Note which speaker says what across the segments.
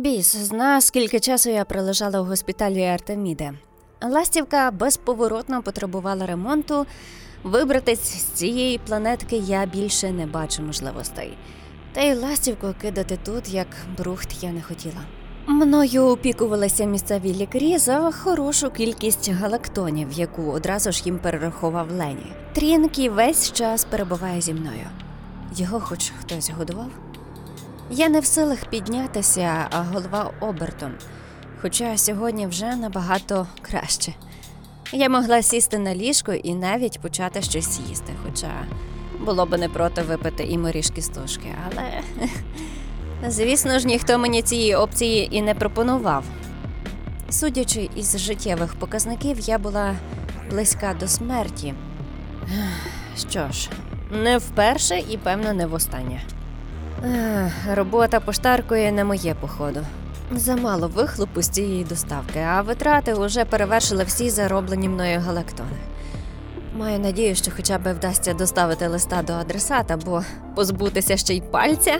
Speaker 1: Біс, зна, скільки часу я пролежала в госпіталі Артеміде. Ластівка безповоротно потребувала ремонту. Вибратись з цієї планетки я більше не бачу можливостей. Та й ластівку кидати тут як брухт я не хотіла. Мною опікувалися місцеві лікарі за хорошу кількість галактонів, яку одразу ж їм перерахував Лені. Трінкі весь час перебуває зі мною. Його хоч хтось годував? Я не в силах піднятися, а голова обертом. Хоча сьогодні вже набагато краще. Я могла сісти на ліжко і навіть почати щось їсти, хоча було би не проти випити і морішки з тушки, але. Звісно ж, ніхто мені цієї опції і не пропонував. Судячи із життєвих показників, я була близька до смерті. Що ж, не вперше і певно не востаннє. Ех, Робота поштаркою не моє походу. Замало вихлопу з цієї доставки, а витрати вже перевершили всі зароблені мною галактони. Маю надію, що хоча б вдасться доставити листа до адресата, бо позбутися ще й пальця,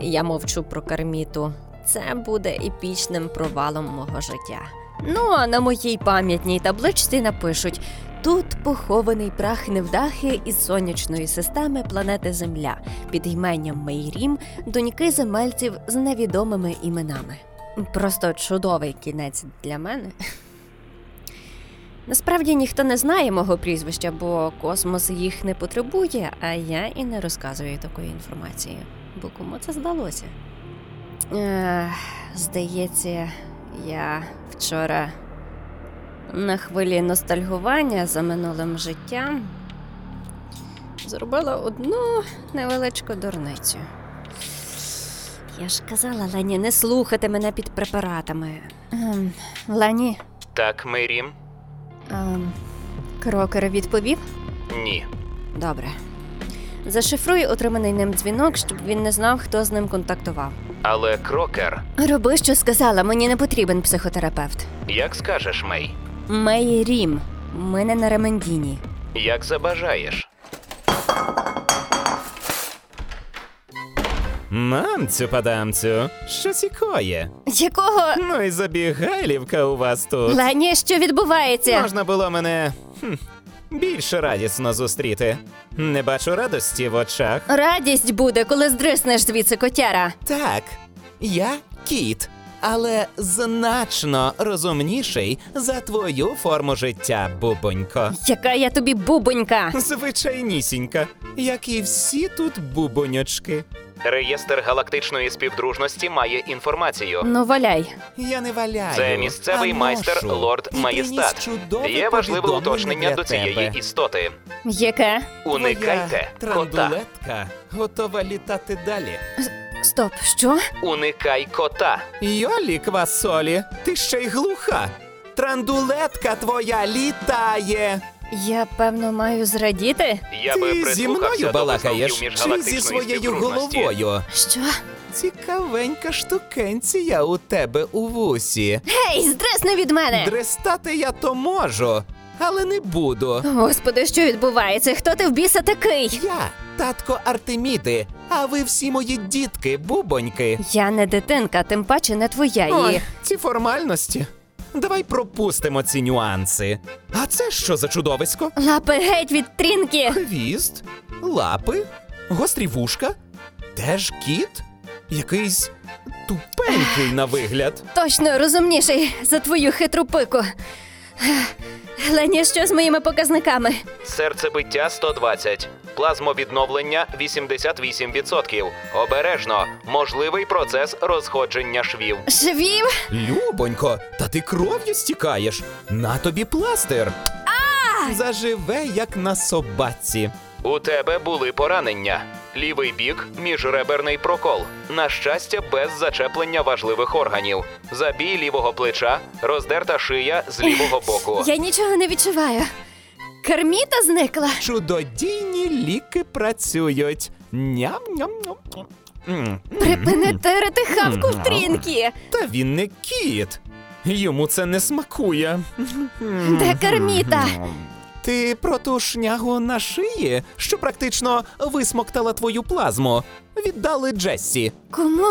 Speaker 1: я мовчу про карміту. Це буде епічним провалом мого життя. Ну а на моїй пам'ятній табличці напишуть: тут похований прах невдахи із сонячної системи планети Земля під іменням Мейрім, доньки земельців з невідомими іменами. Просто чудовий кінець для мене. Насправді ніхто не знає мого прізвища, бо космос їх не потребує, а я і не розказую такої інформації. Бо кому це здалося? Е, здається, я вчора на хвилі ностальгування за минулим життям зробила одну невеличку дурницю. Я ж казала Лені не слухати мене під препаратами. Ем, Лені,
Speaker 2: Так, Мейрім?
Speaker 1: ем, Крокер відповів?
Speaker 2: Ні.
Speaker 1: Добре. Зашифруй отриманий ним дзвінок, щоб він не знав, хто з ним контактував.
Speaker 2: Але Крокер,
Speaker 1: Роби, що сказала, мені не потрібен психотерапевт.
Speaker 2: як скажеш, Мей,
Speaker 1: Мей Рім, ми не на Ремендіні.
Speaker 2: як забажаєш.
Speaker 3: Мамцю падамцю, що цікоє?
Speaker 1: Якого
Speaker 3: Ну і забігайлівка у вас тут.
Speaker 1: Лені, що відбувається?
Speaker 3: Можна було мене хм, більше радісно зустріти. Не бачу радості в очах.
Speaker 1: Радість буде, коли здриснеш звідси котяра.
Speaker 3: Так, я кіт, але значно розумніший за твою форму життя, бубонько.
Speaker 1: Яка я тобі бубонька?
Speaker 3: Звичайнісінька, як і всі тут бубоньочки.
Speaker 2: Реєстр галактичної співдружності має інформацію.
Speaker 1: Ну валяй.
Speaker 3: Я не валяю.
Speaker 2: Це місцевий
Speaker 3: а
Speaker 2: майстер
Speaker 3: ношу.
Speaker 2: лорд
Speaker 3: І приніс
Speaker 2: Маєстат.
Speaker 3: чудове
Speaker 2: Є важливе
Speaker 3: повідомлення
Speaker 2: уточнення
Speaker 3: для
Speaker 2: до цієї
Speaker 3: тебе.
Speaker 2: істоти.
Speaker 1: Яке?
Speaker 2: Уникайте
Speaker 3: Твоя
Speaker 2: кота.
Speaker 3: трандулетка готова літати далі.
Speaker 1: Стоп, що?
Speaker 2: Уникай кота.
Speaker 3: Йолі квасолі, ти ще й глуха. Трандулетка твоя літає.
Speaker 1: Я певно маю зрадіти?
Speaker 2: Я би
Speaker 3: ти зі
Speaker 2: прислухався
Speaker 3: мною
Speaker 2: до висновків
Speaker 3: балакаєш чи
Speaker 2: міжгалактичної
Speaker 3: зі своєю
Speaker 2: співдружності.
Speaker 3: головою?
Speaker 1: Що?
Speaker 3: Цікавенька штукенція у тебе у вусі.
Speaker 1: Гей, здресни від мене!
Speaker 3: Дрестати я то можу, але не буду.
Speaker 1: Господи, що відбувається? Хто ти в біса такий?
Speaker 3: Я татко Артеміди, а ви всі мої дітки, бубоньки.
Speaker 1: Я не дитинка, тим паче не твоя.
Speaker 3: Ой,
Speaker 1: І
Speaker 3: ці формальності. Давай пропустимо ці нюанси. А це що за чудовисько?
Speaker 1: лапи геть від трінки.
Speaker 3: Хвіст, лапи, гострі вушка, теж кіт, якийсь тупенький на вигляд.
Speaker 1: Точно розумніший за твою хитру пику. Лені, що з моїми показниками?
Speaker 2: Серцебиття 120. Плазмовідновлення 88%. Обережно. Можливий процес розходження швів.
Speaker 1: Швів?
Speaker 3: Любонько, та ти кров'ю стікаєш. На тобі пластир. Заживе, як на собаці.
Speaker 2: У тебе були поранення. Лівий бік міжреберний прокол. На щастя, без зачеплення важливих органів. Забій лівого плеча, роздерта шия з лівого боку.
Speaker 1: Я нічого не відчуваю. Керміта зникла.
Speaker 3: Чудодійні ліки працюють. Ням-ням-ням. М.
Speaker 1: Припини терити хавку в трінки.
Speaker 3: Та він не кіт. Йому це не смакує.
Speaker 1: Де керміта?
Speaker 2: Ти про ту шнягу на шиї, що практично висмоктала твою плазму. Віддали Джессі.
Speaker 1: Кому?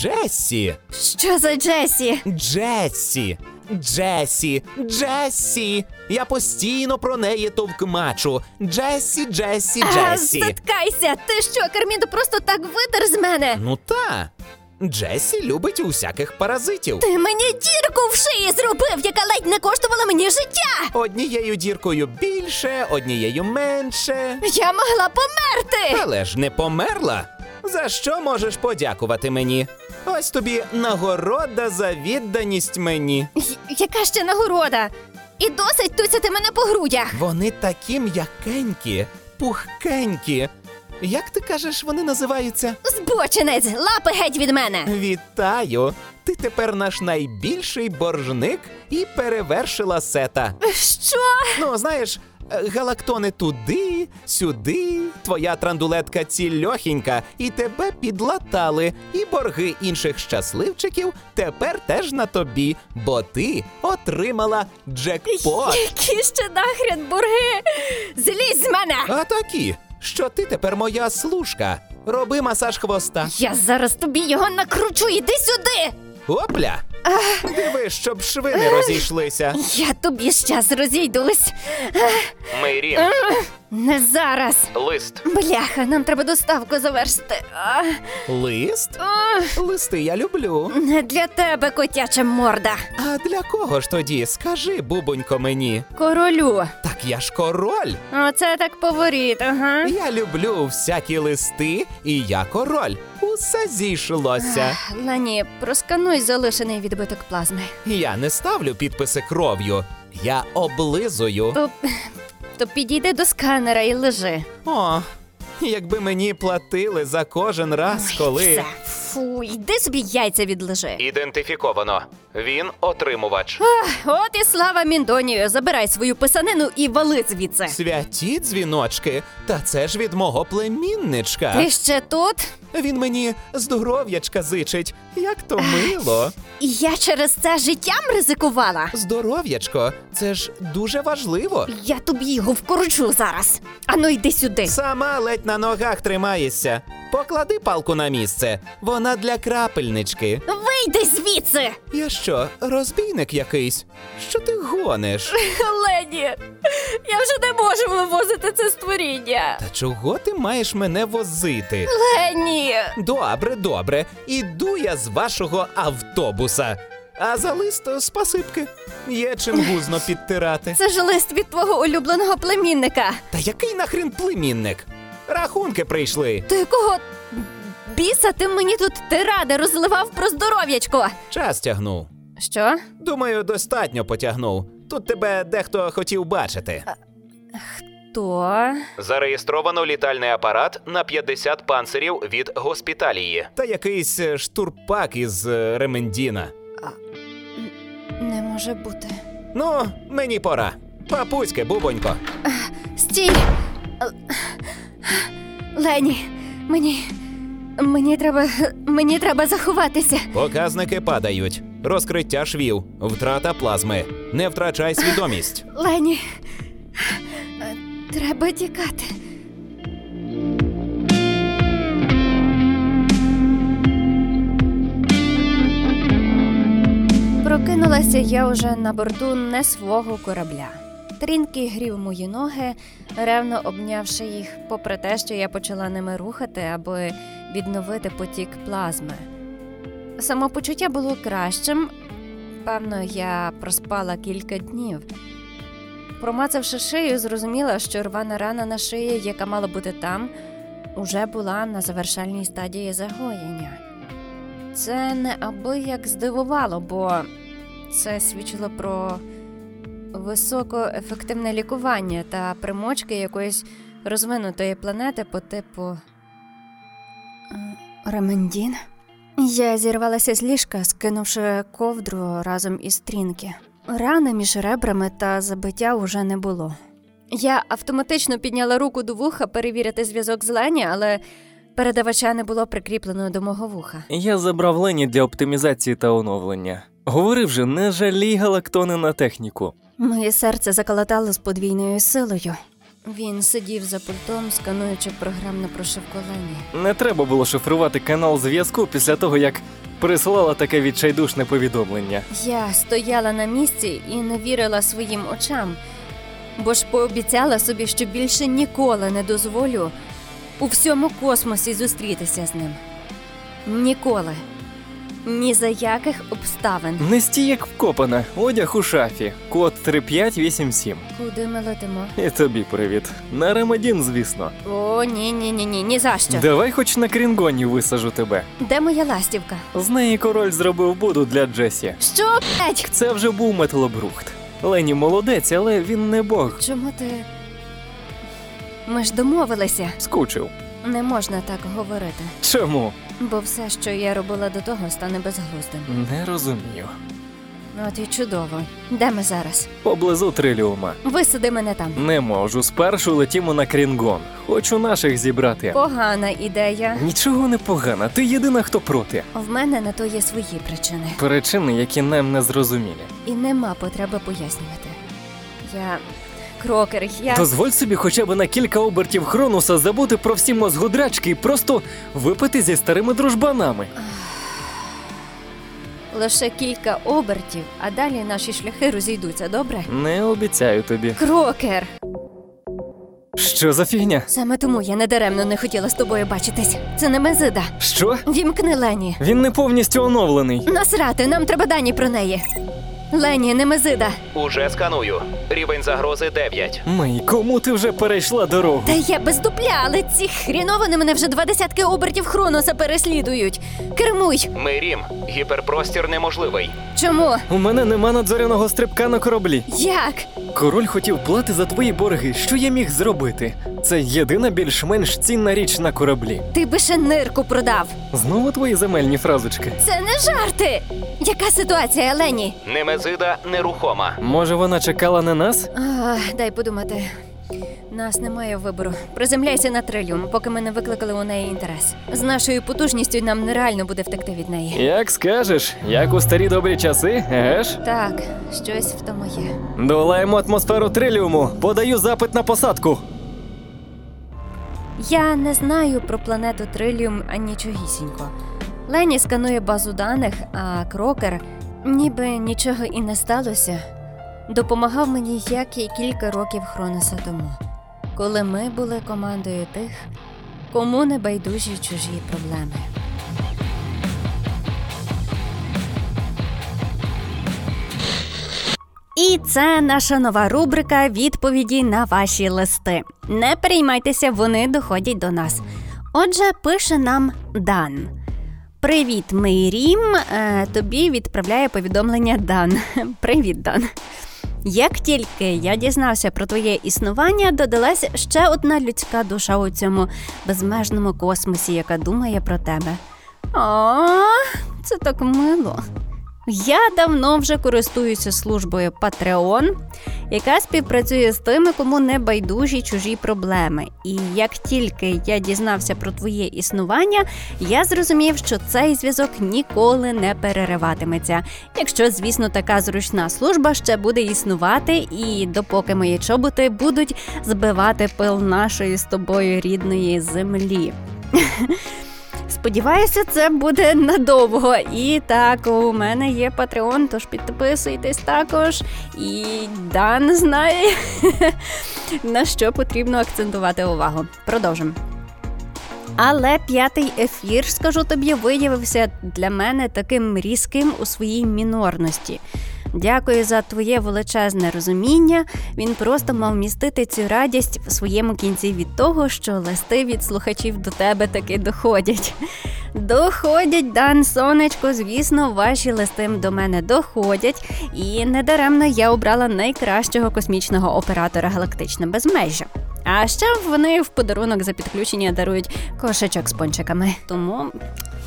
Speaker 2: Джессі!
Speaker 1: Що за Джесі?
Speaker 2: Джесі! Джесі! Джесі! Я постійно про неї товкмачу. Джесі, Джесі,
Speaker 1: А,
Speaker 2: Джесі.
Speaker 1: Заткайся! Ти що, Карміду просто так витер з мене?
Speaker 2: Ну та. Джесі любить усяких паразитів.
Speaker 1: Ти мені дірку в шиї зробив, яка ледь не коштувала мені життя!
Speaker 2: Однією діркою більше, однією менше.
Speaker 1: Я могла померти!
Speaker 2: Але ж не померла. За що можеш подякувати мені? Ось тобі нагорода за відданість мені.
Speaker 1: Й- Яка ще нагорода? І досить туцяти мене по грудях.
Speaker 2: Вони такі м'якенькі, пухкенькі. Як ти кажеш, вони називаються?
Speaker 1: Збочинець, лапи геть від мене.
Speaker 2: Вітаю! Ти тепер наш найбільший боржник і перевершила сета.
Speaker 1: Що?
Speaker 2: Ну, знаєш, е, галактони туди, сюди, твоя трандулетка цільохінька, і тебе підлатали, і борги інших щасливчиків тепер теж на тобі, бо ти отримала джекпот.
Speaker 1: Які ще нахрен бурги? Злізь з мене!
Speaker 2: А такі, що ти тепер моя служка. Роби масаж хвоста.
Speaker 1: Я зараз тобі його накручу, іди сюди!
Speaker 2: Опля! Диви, щоб шви не розійшлися.
Speaker 1: Я тобі щас розійдусь.
Speaker 3: Мейрін,
Speaker 1: Не зараз.
Speaker 3: лист,
Speaker 1: Бляха, нам треба доставку завершити. А,
Speaker 2: Лист?
Speaker 1: а,
Speaker 2: Листи я люблю.
Speaker 1: не для тебе, котяча морда.
Speaker 2: А для кого ж тоді? Скажи, бубонько мені.
Speaker 1: Королю.
Speaker 2: Так я ж король.
Speaker 1: Оце так поворіт, ага.
Speaker 2: Я люблю всякі листи, і я король. Усе зійшлося.
Speaker 1: Лані, проскануй залишений відбиток плазми.
Speaker 2: Я не ставлю підписи кров'ю. Я облизую.
Speaker 1: То, то підійди до сканера і лежи.
Speaker 2: О, якби мені платили за кожен раз, коли.
Speaker 1: Все. Фу, йди собі яйця відлежи.
Speaker 3: ідентифіковано. Він отримувач.
Speaker 1: От і слава Міндонію, забирай свою писанину і вали звідси.
Speaker 2: Святі дзвіночки, та це ж від мого племінничка.
Speaker 1: Ти ще тут?
Speaker 2: Він мені здоров'ячка зичить. Як то мило.
Speaker 1: І я через це життям ризикувала.
Speaker 2: Здоров'ячко, це ж дуже важливо.
Speaker 1: Я тобі його вкорочу зараз. Ану, йди сюди.
Speaker 2: Сама ледь на ногах тримаєшся. Поклади палку на місце. Вона для крапельнички.
Speaker 1: Вийди звідси!
Speaker 2: Я що, розбійник якийсь? Що ти гониш?
Speaker 1: Леді, я вже не можу вивозити це створіння.
Speaker 2: Та чого ти маєш мене возити?
Speaker 1: Лені!
Speaker 2: Добре, добре. Іду я з вашого автобуса. А за лист спасибки. Є чим гузно підтирати.
Speaker 1: Це ж лист від твого улюбленого племінника.
Speaker 2: Та який нахрін племінник? Рахунки прийшли.
Speaker 1: Ти кого біса ти мені тут тиради розливав про здоров'ячко?
Speaker 2: Час тягнув.
Speaker 1: Що?
Speaker 2: Думаю, достатньо потягнув. Тут тебе дехто хотів бачити.
Speaker 1: То
Speaker 3: Зареєстровано літальний апарат на 50 панцирів від госпіталії.
Speaker 2: Та якийсь е, штурпак із е, Ремендіна.
Speaker 1: не може бути.
Speaker 2: Ну, мені пора. Папуське, бубонько.
Speaker 1: Стій! Л- Лені, мені. Мені треба. Мені треба заховатися.
Speaker 2: Показники падають. Розкриття швів, втрата плазми. Не втрачай свідомість.
Speaker 1: Лені. е, Треба тікати. Прокинулася я уже на борту не свого корабля. Трінки грів мої ноги, ревно обнявши їх, попри те, що я почала ними рухати, аби відновити потік плазми. Самопочуття було кращим. Певно, я проспала кілька днів. Промацавши шию, зрозуміла, що рвана рана на шиї, яка мала бути там, уже була на завершальній стадії загоєння. Це неабияк здивувало, бо це свідчило про високоефективне лікування та примочки якоїсь розвинутої планети по типу. Ремендін? Я зірвалася з ліжка, скинувши ковдру разом із трінки. Рани між ребрами та забиття уже не було. Я автоматично підняла руку до вуха перевірити зв'язок з Лені, але передавача не було прикріплено до мого вуха.
Speaker 4: Я забрав лені для оптимізації та оновлення. Говори вже, не жалій галактони на техніку.
Speaker 1: Моє серце заколотало з подвійною силою. Він сидів за пультом, скануючи програмну прошивку Лені.
Speaker 4: Не треба було шифрувати канал зв'язку після того, як прислала таке відчайдушне повідомлення.
Speaker 1: Я стояла на місці і не вірила своїм очам, бо ж пообіцяла собі, що більше ніколи не дозволю у всьому космосі зустрітися з ним. Ніколи. Ні за яких обставин.
Speaker 4: Не стій як вкопана, одяг у шафі, код 3587.
Speaker 1: Куди ми летимо?
Speaker 4: І тобі привіт. На Ремадін, звісно.
Speaker 1: О, ні, ні, ні, ні, ні за що.
Speaker 4: Давай хоч на крінгоні висажу тебе.
Speaker 1: Де моя ластівка?
Speaker 4: З неї король зробив буду для Джесі.
Speaker 1: Що, блять?
Speaker 4: Це вже був металобрухт. Лені молодець, але він не бог.
Speaker 1: Чому ти. Ми ж домовилися.
Speaker 4: Скучив.
Speaker 1: Не можна так говорити,
Speaker 4: Чому?
Speaker 1: бо все, що я робила до того, стане безглуздим.
Speaker 4: Не розумію.
Speaker 1: Ну, От і чудово. Де ми зараз?
Speaker 4: Поблизу триліума.
Speaker 1: Висади мене там.
Speaker 4: Не можу. Спершу летімо на Крінгон. Хочу наших зібрати.
Speaker 1: Погана ідея.
Speaker 4: Нічого не погано, ти єдина, хто проти.
Speaker 1: В мене на то є свої причини,
Speaker 4: Причини, які нам не зрозумілі.
Speaker 1: і нема потреби пояснювати. Я крокер, я
Speaker 4: Дозволь собі хоча б на кілька обертів Хронуса забути про всі мозгодрачки і просто випити зі старими дружбанами.
Speaker 1: лише кілька обертів, а далі наші шляхи розійдуться, добре?
Speaker 4: Не обіцяю тобі.
Speaker 1: Крокер!
Speaker 4: Що за фігня?
Speaker 1: Саме тому я недаремно не хотіла з тобою бачитись. Це не мезида.
Speaker 4: Що?
Speaker 1: Вімкни Лені.
Speaker 4: Він не повністю оновлений.
Speaker 1: Насрати, нам треба дані про неї. Лені, не мезида.
Speaker 3: Уже сканую. Рівень загрози 9.
Speaker 4: Мей, кому ти вже перейшла дорогу?
Speaker 1: Та я без дупля, але ці хріновини мене вже два десятки обертів хроноса переслідують. Кермуй!
Speaker 3: Ми рім. Гіперпростір неможливий.
Speaker 1: Чому?
Speaker 4: У мене нема надзоряного стрибка на кораблі.
Speaker 1: Як?
Speaker 4: Король хотів плати за твої борги. Що я міг зробити? Це єдина більш-менш цінна річ на кораблі.
Speaker 1: Ти би ще нирку продав.
Speaker 4: Знову твої земельні фразочки.
Speaker 1: Це не жарти. Яка ситуація, Лені?
Speaker 3: Немезида нерухома.
Speaker 4: Може, вона чекала на нас?
Speaker 1: А, дай подумати. Нас немає вибору. Приземляйся на трилюм, поки ми не викликали у неї інтерес. З нашою потужністю нам нереально буде втекти від неї.
Speaker 4: Як скажеш, як у старі добрі часи, геш?
Speaker 1: Так, щось в тому є.
Speaker 4: Долаємо атмосферу триліуму. Подаю запит на посадку.
Speaker 1: Я не знаю про планету Триліум анічогісінько. Лені сканує базу даних, а крокер, ніби нічого і не сталося, допомагав мені як і кілька років Хроноса тому, коли ми були командою тих, кому не байдужі чужі проблеми. І це наша нова рубрика відповіді на ваші листи. Не переймайтеся, вони доходять до нас. Отже, пише нам Дан. Привіт, мій Рім. Е, тобі відправляє повідомлення Дан. Привіт, Дан. Як тільки я дізнався про твоє існування, додалась ще одна людська душа у цьому безмежному космосі, яка думає про тебе. О, це так мило. Я давно вже користуюся службою Patreon, яка співпрацює з тими, кому не байдужі чужі проблеми. І як тільки я дізнався про твоє існування, я зрозумів, що цей зв'язок ніколи не перериватиметься. Якщо, звісно, така зручна служба ще буде існувати, і допоки мої чоботи будуть збивати пил нашої з тобою рідної землі. Сподіваюся, це буде надовго. І так, у мене є Patreon, тож підписуйтесь також. І Дан знає, на що потрібно акцентувати увагу. Продовжимо. Але п'ятий ефір, скажу тобі, виявився для мене таким різким у своїй мінорності. Дякую за твоє величезне розуміння. Він просто мав містити цю радість в своєму кінці від того, що листи від слухачів до тебе таки доходять. Доходять, Дан Сонечко, звісно, ваші листи до мене доходять, і недаремно я обрала найкращого космічного оператора галактичне безмежжя. А ще вони в подарунок за підключення дарують кошечок з пончиками. Тому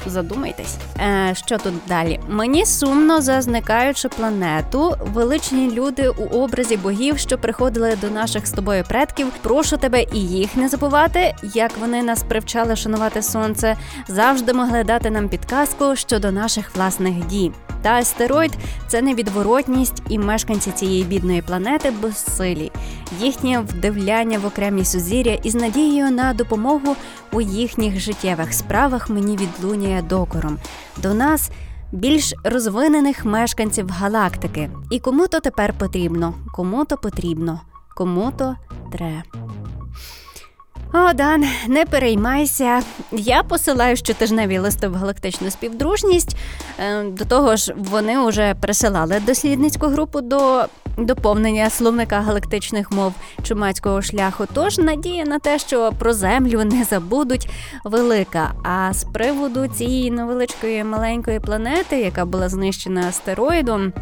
Speaker 1: задумайтесь. Е, що тут далі? Мені сумно за зникаючу планету. Величні люди у образі богів, що приходили до наших з тобою предків. Прошу тебе і їх не забувати, як вони нас привчали шанувати сонце, завжди могли дати нам підказку щодо наших власних дій. Та астероїд це невідворотність, і мешканці цієї бідної планети безсилі. Їхнє вдивляння в окремі сузір'я із надією на допомогу у їхніх життєвих справах мені відлунює докором. До нас. Більш розвинених мешканців галактики. І кому то тепер потрібно, кому то потрібно, кому то тре. О, Дан, не переймайся. Я посилаю щотижневі листи в галактичну співдружність. Е, До того ж, вони вже присилали дослідницьку групу до доповнення словника галактичних мов чумацького шляху. Тож надія на те, що про землю не забудуть, велика. А з приводу цієї невеличкої маленької планети, яка була знищена астероїдом.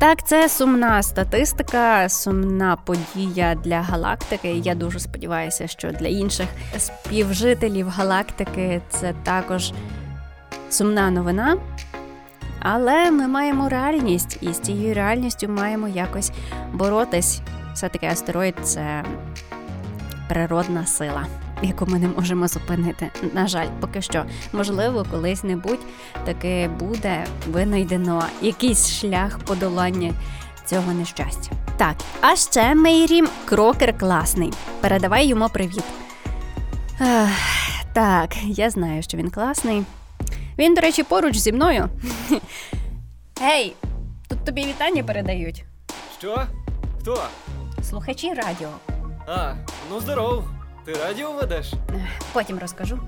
Speaker 1: Так, це сумна статистика, сумна подія для галактики. Я дуже сподіваюся, що для інших співжителів галактики це також сумна новина. Але ми маємо реальність, і з цією реальністю маємо якось боротись. Все-таки астероїд це природна сила, яку ми не можемо зупинити. На жаль, поки що, можливо, колись-небудь таки буде винайдено якийсь шлях подолання цього нещастя. Так, а ще Мейрім крокер класний. Передавай йому привіт. Ех, так, я знаю, що він класний. Він, до речі, поруч зі мною. Гей, тут тобі вітання передають.
Speaker 4: Що? Хто?
Speaker 1: Слухачі радіо.
Speaker 4: А, ну здоров. Ти радіо ведеш?
Speaker 1: Потім розкажу.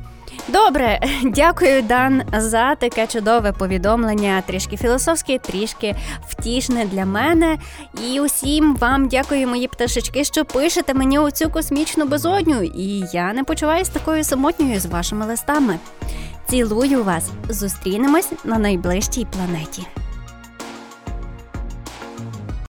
Speaker 1: Добре, дякую, Дан, за таке чудове повідомлення. Трішки філософське, трішки втішне для мене. І усім вам дякую, мої пташечки, що пишете мені у цю космічну безодню. І я не почуваюся такою самотньою з вашими листами. Цілую вас! Зустрінемось на найближчій планеті.